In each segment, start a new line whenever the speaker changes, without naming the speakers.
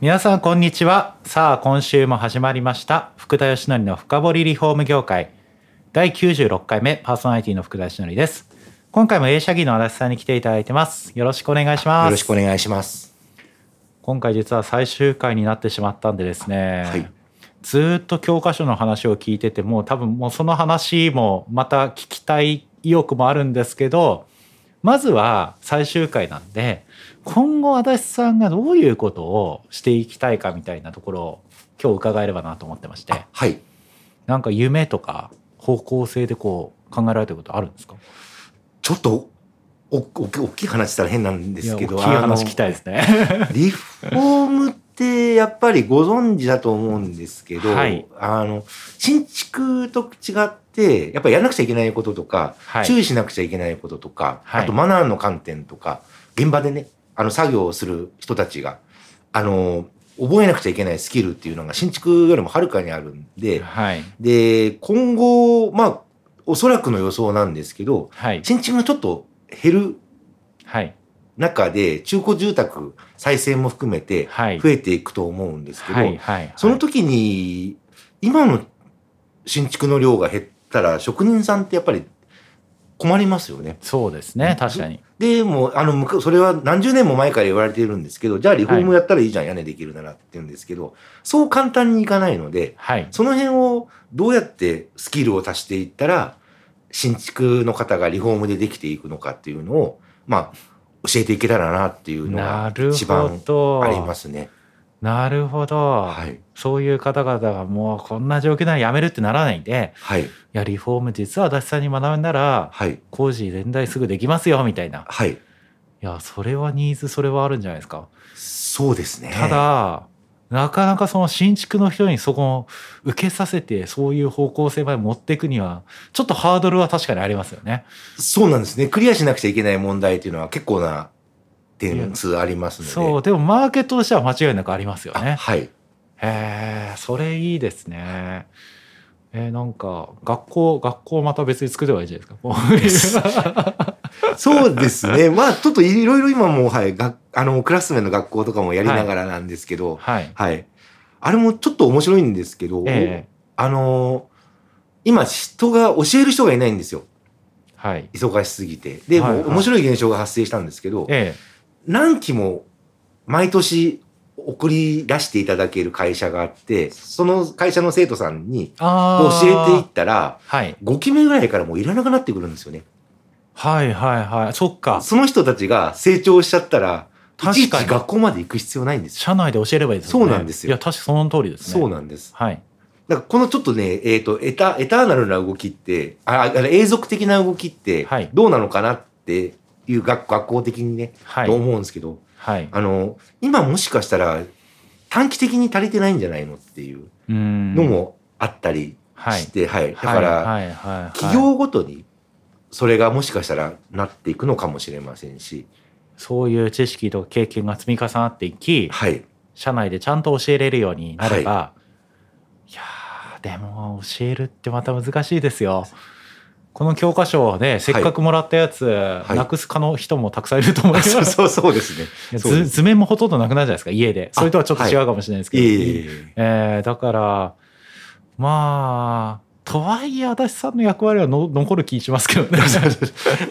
皆さんこんにちはさあ今週も始まりました福田義則の深掘りリフォーム業界第96回目パーソナリティの福田義則です今回も映写技の足立さんに来ていただいてますよろしくお願いします
よろしくお願いします
今回実は最終回になってしまったんでですね、
はい
ずーっと教科書の話を聞いててもう多分もうその話もまた聞きたい意欲もあるんですけどまずは最終回なんで今後足立さんがどういうことをしていきたいかみたいなところを今日伺えればなと思ってまして
はい
なんか夢とか方向性でこう考えられてることあるんですか
ちょっとおお大きい話したら変なんですけど
いや大きい話聞きたいですね。
あのリフォームってやっぱりご存知だと思うんですけど、
はい
あの新築と違ってやっぱりやらなくちゃいけないこととか、
はい
注意しなくちゃいけないこととか、
はい
あとマナーの観点とか現場でねあの作業をする人たちがあの覚えなくちゃいけないスキルっていうのが新築よりもはるかにあるんで、
はい
で今後まあおそらくの予想なんですけど
はい
新築がちょっと減る
はい
中で中古住宅再生も含めて
はい
増えていくと思うんですけど、
はいはい
その時に今の新築の量が減ったら職人さんってやっぱり困りますよね。
そうですね確かに
でもうあのむかそれは何十年も前から言われているんですけどじゃあリフォームやったらいいじゃん、屋根できるならって言うんですけどそう簡単にいかないので
はい
その辺をどうやってスキルを足していったら、新築の方がリフォームでできていくのかっていうのを、まあ、教えていけたらなっていうの
な
が
る
一
ほ
番
ど
ありますね。
なるほど、
はい。
そういう方々がもうこんな状況ならやめるってならないんで
はい。
いやリフォーム実は足立さんに学んだら
はい。
工事連帯すぐできますよみたいな
はい。
いやそれはニーズそれはあるんじゃないですか
そうですね。
ただ、なかなかその新築の人にそこを受けさせてそういう方向性まで持っていくにはちょっとハードルは確かにありますよね。
そうなんですね。クリアしなくちゃいけない問題っていうのは結構な点数ありますので。
そうでもマーケットとしては間違いなくありますよ
あ
ね。
はい。
へえそれいいですね。えーなんか学校学校また別に作ればいいじゃないですか。
そうですね。まあ、ちょっといろいろ今もう、はい、があの、クラス面の学校とかもやりながらなんですけど、
はい。
はい。あれもちょっと面白いんですけど、
え
あのー今人が教える人がいないんですよ
えはい。
忙しすぎてで、
はいはい
面白い現象が発生したんですけど
え
何期も毎年送り出していただける会社があってその会社の生徒さんに
ー、あ
教
あ。
えていったら
はい。
5期目ぐらいからもういらなくなってくるんですよね
はいはいはい。そっか。
その人たちが成長しちゃったらい
確
ちいち
かに
学校まで行く必要ないんですよ
社内で教えればいいですもね。
そうなんですよ
いや確かその通りですね。
そうんなんです
はい。
だからこのちょっとね、えっとエタエターナルな動きってああ永続的な動きって
はい
どうなのかなっていう学学校的にね、
は
と
い。
思うんですけど
はい。
あの今もしかしたら短期的に足りてないんじゃないのっていう
うーん。
のもあったり
はい
し。て、はいだから、
はいはいはいはい
企業ごとにそれがもしかしたらなっていくのかもしれませんし、
そういう知識と経験が積み重なっていき、
はい、
社内でちゃんと教えれるようになれば、い、やーでも教えるってまた難しいですよ。この教科書をね、せっかくもらったやつ、
い
なくす可能人もたくさんいると思います。
そうそうそうですね。
いや
そうで
図
す
図面もほとんどなくなるじゃないですか、家で。それとはちょっと違うかもしれないですけ
い
ど。
えいえいえ
えーだから、まあ、とはいえ、足立さんの役割はの残る気しますけど ね。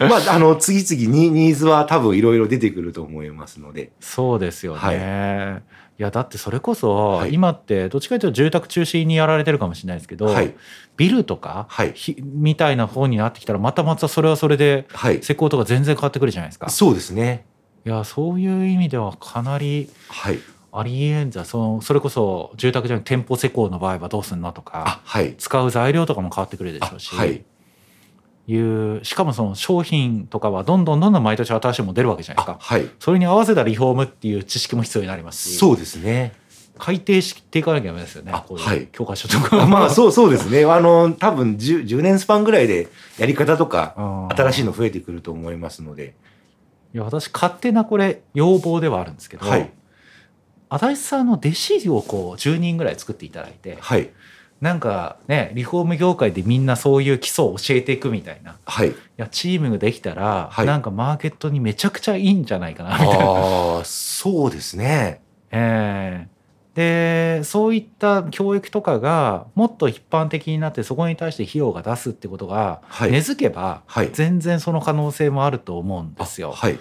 まあ、あの、次々にニーズは多分いろいろ出てくると思いますので。
そうですよね。
はい
い、やだってそれこそ、
はい
今ってどっちかというと住宅中心にやられてるかもしれないですけど、
はい。
ビルとか、
はい
ひみたいな方になってきたらまたまたそれはそれで
はい。
施工とか全然変わってくるじゃないですか。
そうですね。
いやそういう意味ではかなり
はい。
ありえんじゃそのそれこそ住宅じゃなくて店舗施工の場合はどうすんのとか
あ、はい。
使う材料とかも変わってくるでしょ
あ
うし、
はい。
いうしかもその商品とかはどんどんどんどん毎年新しいもの出るわけじゃないです
あ
か。
はい。
それに合わせたリフォームっていう知識も必要になりますし。
そうですね。
改定していかなきゃダメですよね
あ
こう
は
いう
い
教科書とか
まあ
う
そうそうですね。あの、多分 10, 10年スパンぐらいでやり方とか、新しい
い
の増えてくると思いますので。
いや私勝手なこれ要望ではあるんですけど、
はい。
足立さんの弟子をこう10人ぐらい作っていただいて
はい。
なんかねリフォーム業界でみんなそういう基礎を教えていくみたいな
はい。
いやチームができたら、
はい
なんかマーケットにめちゃくちゃいいんじゃないかなみたいな。
ああ、そうですね。
ええでそういった教育とかがもっと一般的になってそこに対して費用が出すってことが
はい。
根付けば、
はい。
全然その可能性もあると思うんですよ。
はい。
い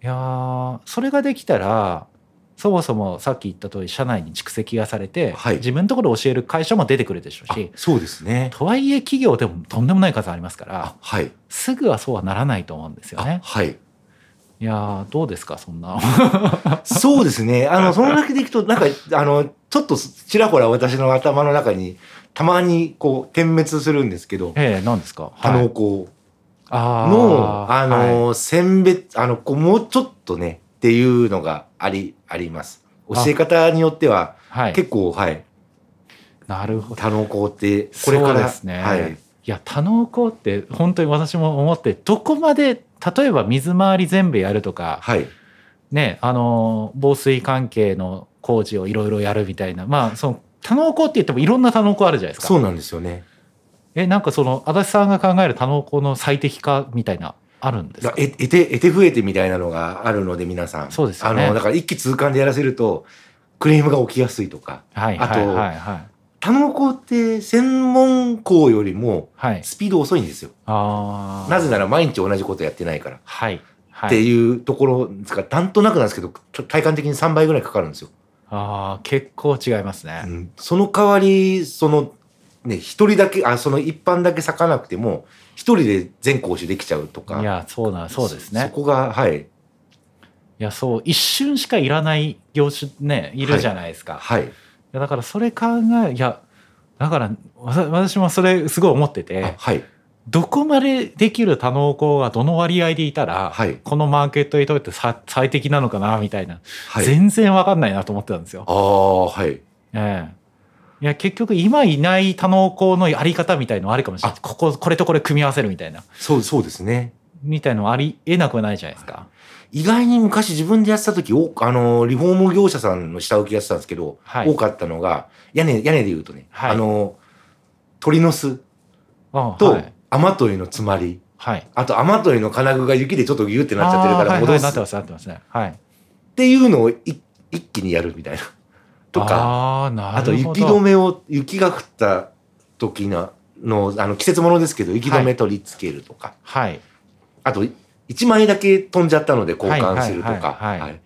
やーそれができたらそもそもさっき言った通り社内に蓄積がされて、
はい
自分のところで教える会社も出てくるでしょう
あ
し
そうですね。
とはいえ企業でもとんでもない数ありますから
はい。
すぐはそうはならないと思うんですよ
あ
ね。
はい。
いやーどうですかそんな。
そうですね。あの、そのだけでいくと、なんか、あの、ちょっとちらほら私の頭の中に、たまにこう、点滅するんですけど、
ええ何ですか、
あ
は
の、
い
こう、
あー
の、あ
はい
の、選別、あの、こう、もうちょっとね、っていうのがあり、あります。教え方によっては、
はい、
結構、はい、
なるほど。
多能校って、これから、
そうですね
はい、
いや多能校って本当に私も思ってどこまで例えば水回り全部やるとか、
はい、
ねあの防水関係の工事をいろいろやるみたいなまあその多能校って言ってもいろんな多能校あるじゃないですか。
そうなんですよね。
えなんかその足立さんが考える多能校の最適化みたいなあるんです
だ
か。
え、得て、得て増えてみたいなのがあるので、皆さん。
そうですよね
あの、だから一気通貫でやらせると、クレームが起きやすいとか。
はいはい
あと
はいはい。
多能校って、専門校よりも、
はい、
スピード遅いんですよ。
あー
なぜなら毎日同じことやってないから。
はいは
って
い、
いうところですか、なんとなくなんですけど、ちょ体感的に3倍ぐらいかかるんですよ。
あー結構違いますね。
うんその代わり、その、ね、一人だけ、あ、その一般だけ咲かなくても、一人で全講師できちゃうとか。
いやそうなそうですね
そ。こが、はい、
いやそう一瞬しかいらない業種ねいるじゃないですか、い、
はい、
やだからそれ考えいやだからわた私もそれすごい思って
あ
て
はい、
どこまでできる多能校がどの割合でいたら、
はい、
このマーケットにとってさ最適なのかなみたいな、
はい。
全然わかんないなと思ってたんですよ。
ああ、はい。
ええいや結局今いない多能校のやり方みたいのあるかもしれないこここれとこれ組み合わせるみたいな
そう、そうですね。
みたいのありえなくはないじゃないですか。
意外に昔自分でやってた時、おあの、リフォーム業者さんの下請けやってたんですけど、
はい
多かったのが、屋根、屋根で言うとね、
はい
あの、鳥の巣
あ
と、
はい
雨鳥のつまり、
はい、
あと雨鳥の金具が雪でちょっとギュってなっちゃってるか
あーは
ら
いは
戻
い、なっ
す
て
っ
ますなってますね。はい
ていうのをい一気にやるみたいな。とか、
あーな
あと
るほ
雪
ど
止めを、雪が降った時の、の、あの季節ものですけど、雪止め取り付けるとか、
はい
あと1枚だけ飛んじゃったので交換するとか、
はいはいはいはい
はいっ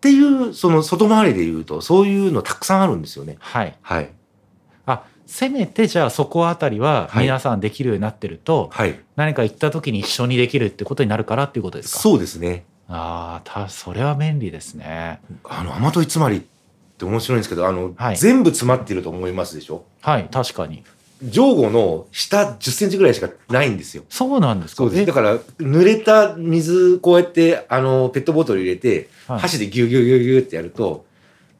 ていう、その外回りで言うと、そういうのたくさんあるんですよね。
はい
はい。
あせめてじゃあそこあたりは
はい
皆さんできるようになってると、
はい。
何か行った時に一緒にできるってことになるからっていうことですかう
そうですね。
あーたそれは便利ですね
あの、雨鳥つまりって面白いんですけど、あの、
はい
全部詰まってると思いますでしょ
はい確かに
上後の下10センチぐらいしかないんですよ。
そうなんですか
そうです。
え
だから、濡れた水、こうやって、あの、ペットボトル入れて、
はい
箸でギュギュギュギュってやると、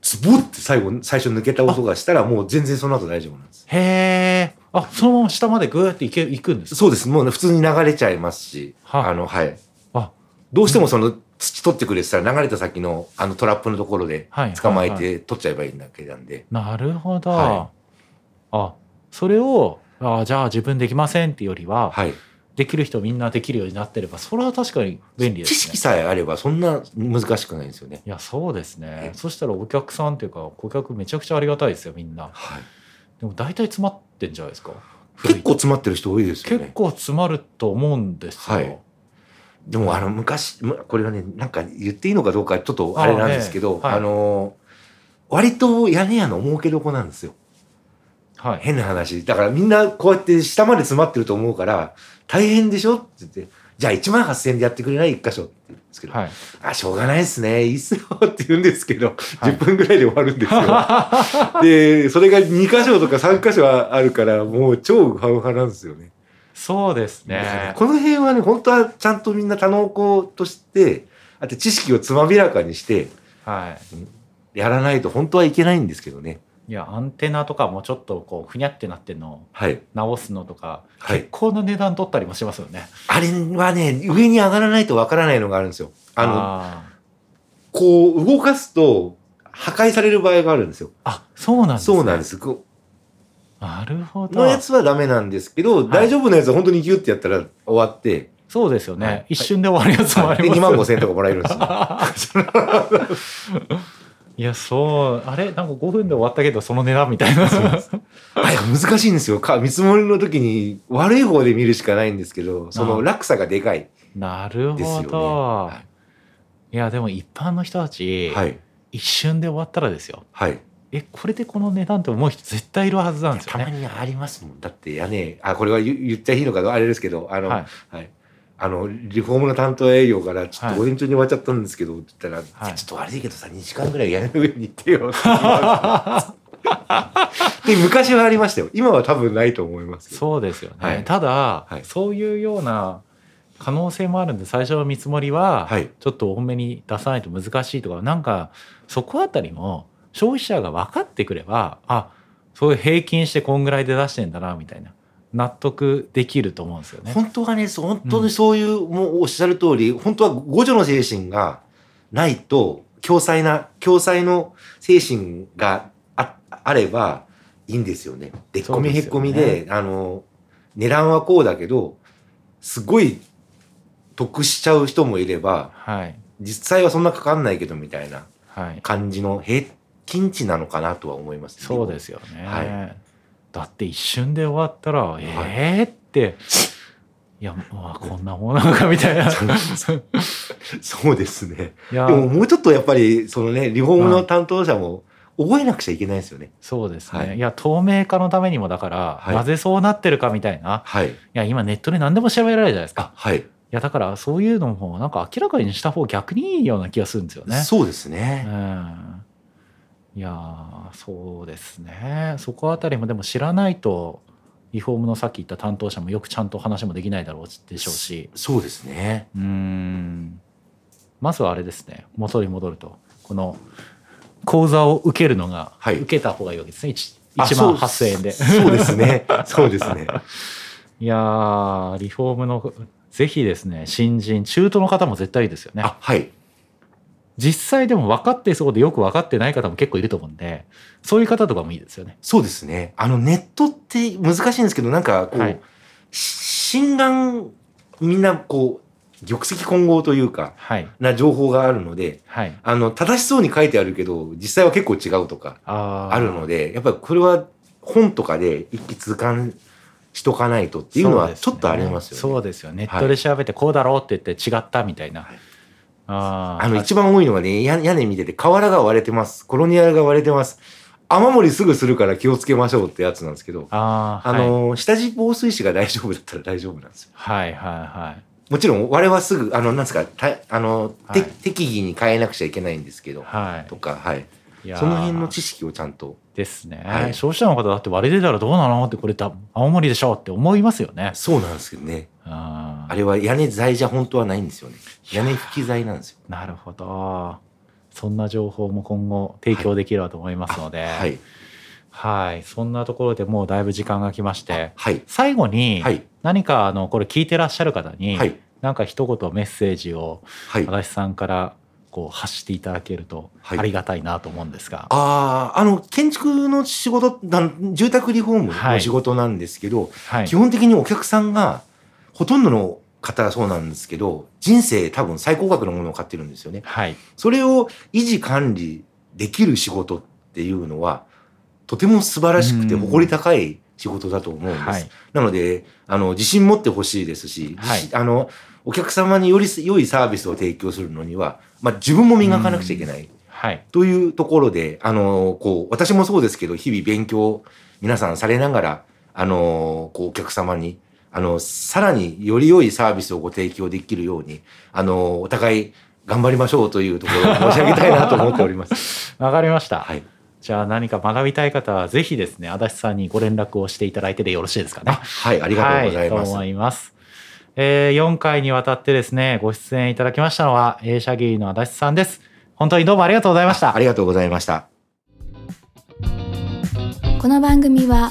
ズボって最後、最初抜けた音がしたら、もう全然その後大丈夫なんです。
へえあそのまま下までグーって行け行くんですか
そうです。もうね普通に流れちゃいますし、
はあ
あの、はい。
あ
どうしてもその、土取ってくれてたら、流れた先の、あの、トラップのところで
はい、
捕まえ
はいは
て取っちゃえばいいだけなんで。
なるほど、
は
あそれをあじゃあ自分できませんっていうよりは、
はい。
できる人みんなできるようになってればそれは確かに便利ですね
知識さえあれば、そんな難しくないんですよね。
いやそうですね
え
そしたらお客さんっていうか顧客めちゃくちゃありがたいですよみんな
はい。
でも大体詰まってんじゃないですか
結構詰まってる人多いですよね
結。構詰まると思うんですよ、
はいでもあの昔むこれはねなんか言っていいのかどうかちょっとあれなんですけど
あ
あ,、
あええはい
の割と屋根屋の儲けどこなんですよ
はい
変な話だからみんなこうやって下まで詰まってると思うから大変でしょって言ってじゃあ1万8,000円でやってくれない1箇所って言うんですけど、
はい
あしょうがないですねいいっすよって言うんですけど、
はい
10分ぐらいで終わるんで すよでそれが2箇所とか3箇所はあるからもう超ウハウハなんですよね
そうです
だから
ね
この辺はね本当はちゃんとみんな多能校としてあと知識をつまびらかにして
はい
やらないと本当はいけないんですけどね。
いやアンテナとかもちょっとこうふにゃってなってんのを
はい。
直すのとか、
はい
結構な値段取ったりもしますよね。
あれはね、上に上がらないとわからないのがあるんですよ。あの、
あ
こう動かすと破壊される場合があるんですよ。
ーあそうなんです、ね、
そうなんです。こ
なるほど
のやつはダメなんですけど、
い
大丈夫なやつは本当にギュッてやったら終わって、
そうですよね、
はい
一瞬で終わるやつもあ
で
ります
2
よ
万
ね
5千円とかもらえるんです よ。
いやそうあれなんか5分で終わったけどその値段みたいな
あれ難しいんですよ。か見積もりの時に悪い方で見るしかないんですけど、そ
ああ
の落差がでかい。
なる
です
ほ
よね
ど、、
はい
やでも一般の人たち、
はい。
一瞬で終わったらですよ
はい。
えこれでこの値段って思う人絶対いるはずなんですよ
たま
ね
にありますもん。だって屋根、あ、これは言言っちゃいいのかあれですけど、あの、
は
はいい。あの、リフォームの担当営業から、ちょっ
はい
と午前中に終わっちゃったんですけど、って言ったら、
はい
ちょっと悪いけどさ、2時間ぐらい屋根の上に行って よって言われて。で、昔はありましたよ。今は多分ないと思いますけど。
そうですよね、
はい
ただ、
はい
そういうような可能性もあるんで最初の見積もりは、
はい。
ちょっと多めに出さないと難しいとかなんかそこあたりも消費者が分かってくればあそういう平均してこんぐらいで出してんだなみたいな納得できると思うんですよね。
本当はね、そう本当にそういう、もうおっしゃる通り、本当は互助の精神がないと、共済な、共済の精神がああればいいんですよね。でっこみへっこみ
そう
で、
で
あの、値段はこうだけど、すごい得しちゃう人もいれば、
はい
実際はそんなかかんないけどみたいな
はい、
感じの平均値なのかなとは思います、。
そうですすよね、
は
だって一瞬で終わったら、えーっていやまあこんなもんなのかみたい な
そうですね。
いや
でももうちょっとやっぱり、そのね、リフォームの担当者も覚えなくちゃいけないですよね。
そうですね、、
はいい
や透明化のためにもだから、
はい
なぜそうなってるかみたいない
はい。
や今ネットで何でも調べられるじゃないですか。
あ、はい。
いやだからそういうのもなんか明らかにした方逆にいいような気がするんですよね。
そうです
う
ね。
ん、いやーそうですねそこあたりもでも知らないとリフォームのさっき言った担当者もよくちゃんと話もできないだろうでしょうし
そうですね。
うんまずはあれですね元に戻るとこの講座を受けるのが、
はい
受けた方がいいわけですね 1,
あ
万8,000円で。
そうですね。そうです ね。
いやーリフォームのぜひですね新人中途の方も絶対いいですよね。
あ、はい。
実際でも分かってそうでよく分かってない方も結構いると思うんでそういう方とかもいいですよね。
そうですね。あの、ネットって難しいんですけど、なんか、こう、
はい
し心眼、みんな、こう、玉石混合というか、
はい
な情報があるので、
はい、
あの、正しそうに書いてあるけど、実際は結構違うとか、
あー
あるので、やっぱりこれは本とかで一気通貫しとかないとっていうの
そ
は
です
ちょっとありますよね。
そうですよネットで調べてこうだろうって言って違ったみたいな。
はい
あー
あの、
はい
一番多いのがね、や屋根見てて、瓦が割れてます。コロニアルが割れてます。雨漏りすぐするから気をつけましょうってやつなんですけど、
あー
あの、下地防水紙が大丈夫だったら大丈夫なんですよ。
はいはいはい
もちろん、我々はすぐ、あの、なんですか、たあの、
はい
て適宜に変えなくちゃいけないんですけど、
はいはい
とか、はい。
いやー
その辺の知識をちゃんと。
ですね、
はい
消費者の方だって割れてたらどうなのってこれだ青森でしょって思いますよね。
そうなんですけどね。
あ
あれは屋根材じゃ本当はないんですよね。屋根拭き材なんですよ。
なるほどそんな情報も今後提供できればと思いますので。
はい。
はい、そんなところでもうだいぶ時間が来まして、
はい。
最後に
はい。
何かあのこれ聞いてらっしゃる方に、
はい。
なんか一言メッセージを
はい。
足立さんからこう発していただけると
はい
ありがたいなと思うんですが、
ああ、あの、建築の仕事、なん住宅リフォーム
は
の
い
仕事なんですけど、
はい、
基本的にお客さんが、ほとんどの方はそうなんですけど、人生多分最高額のものを買ってるんですよね。
はい、
それを維持管理できる仕事っていうのは、とても素晴らしくて
うん
誇り高い仕事だと思うんです。
はい、
なので、あの、自信持ってほしいですし、
はい
自信あの、お客様により良いサービスを提供するのには、まあ自分も磨かなくちゃいけない。
はい、
というところで、あの、こう、私もそうですけど、日々勉強、皆さんされながら、あの、こう、お客様に、あの、さらにより良いサービスをご提供できるように、あの、お互い頑張りましょうというところを申し上げたいなと思っております。
わかりました、
はい。
じゃあ何か学びたい方はぜひですね足立さんにご連絡をしていただいてでよろしいですかね。
はい、ありがとうござい
は
ま
と
す。
思います。えー、4回にわたってですね、ご出演いただきましたのは、映写芸の足立さんです。本当にどうもありがとうございました
あ。りがとうございました。
この番組は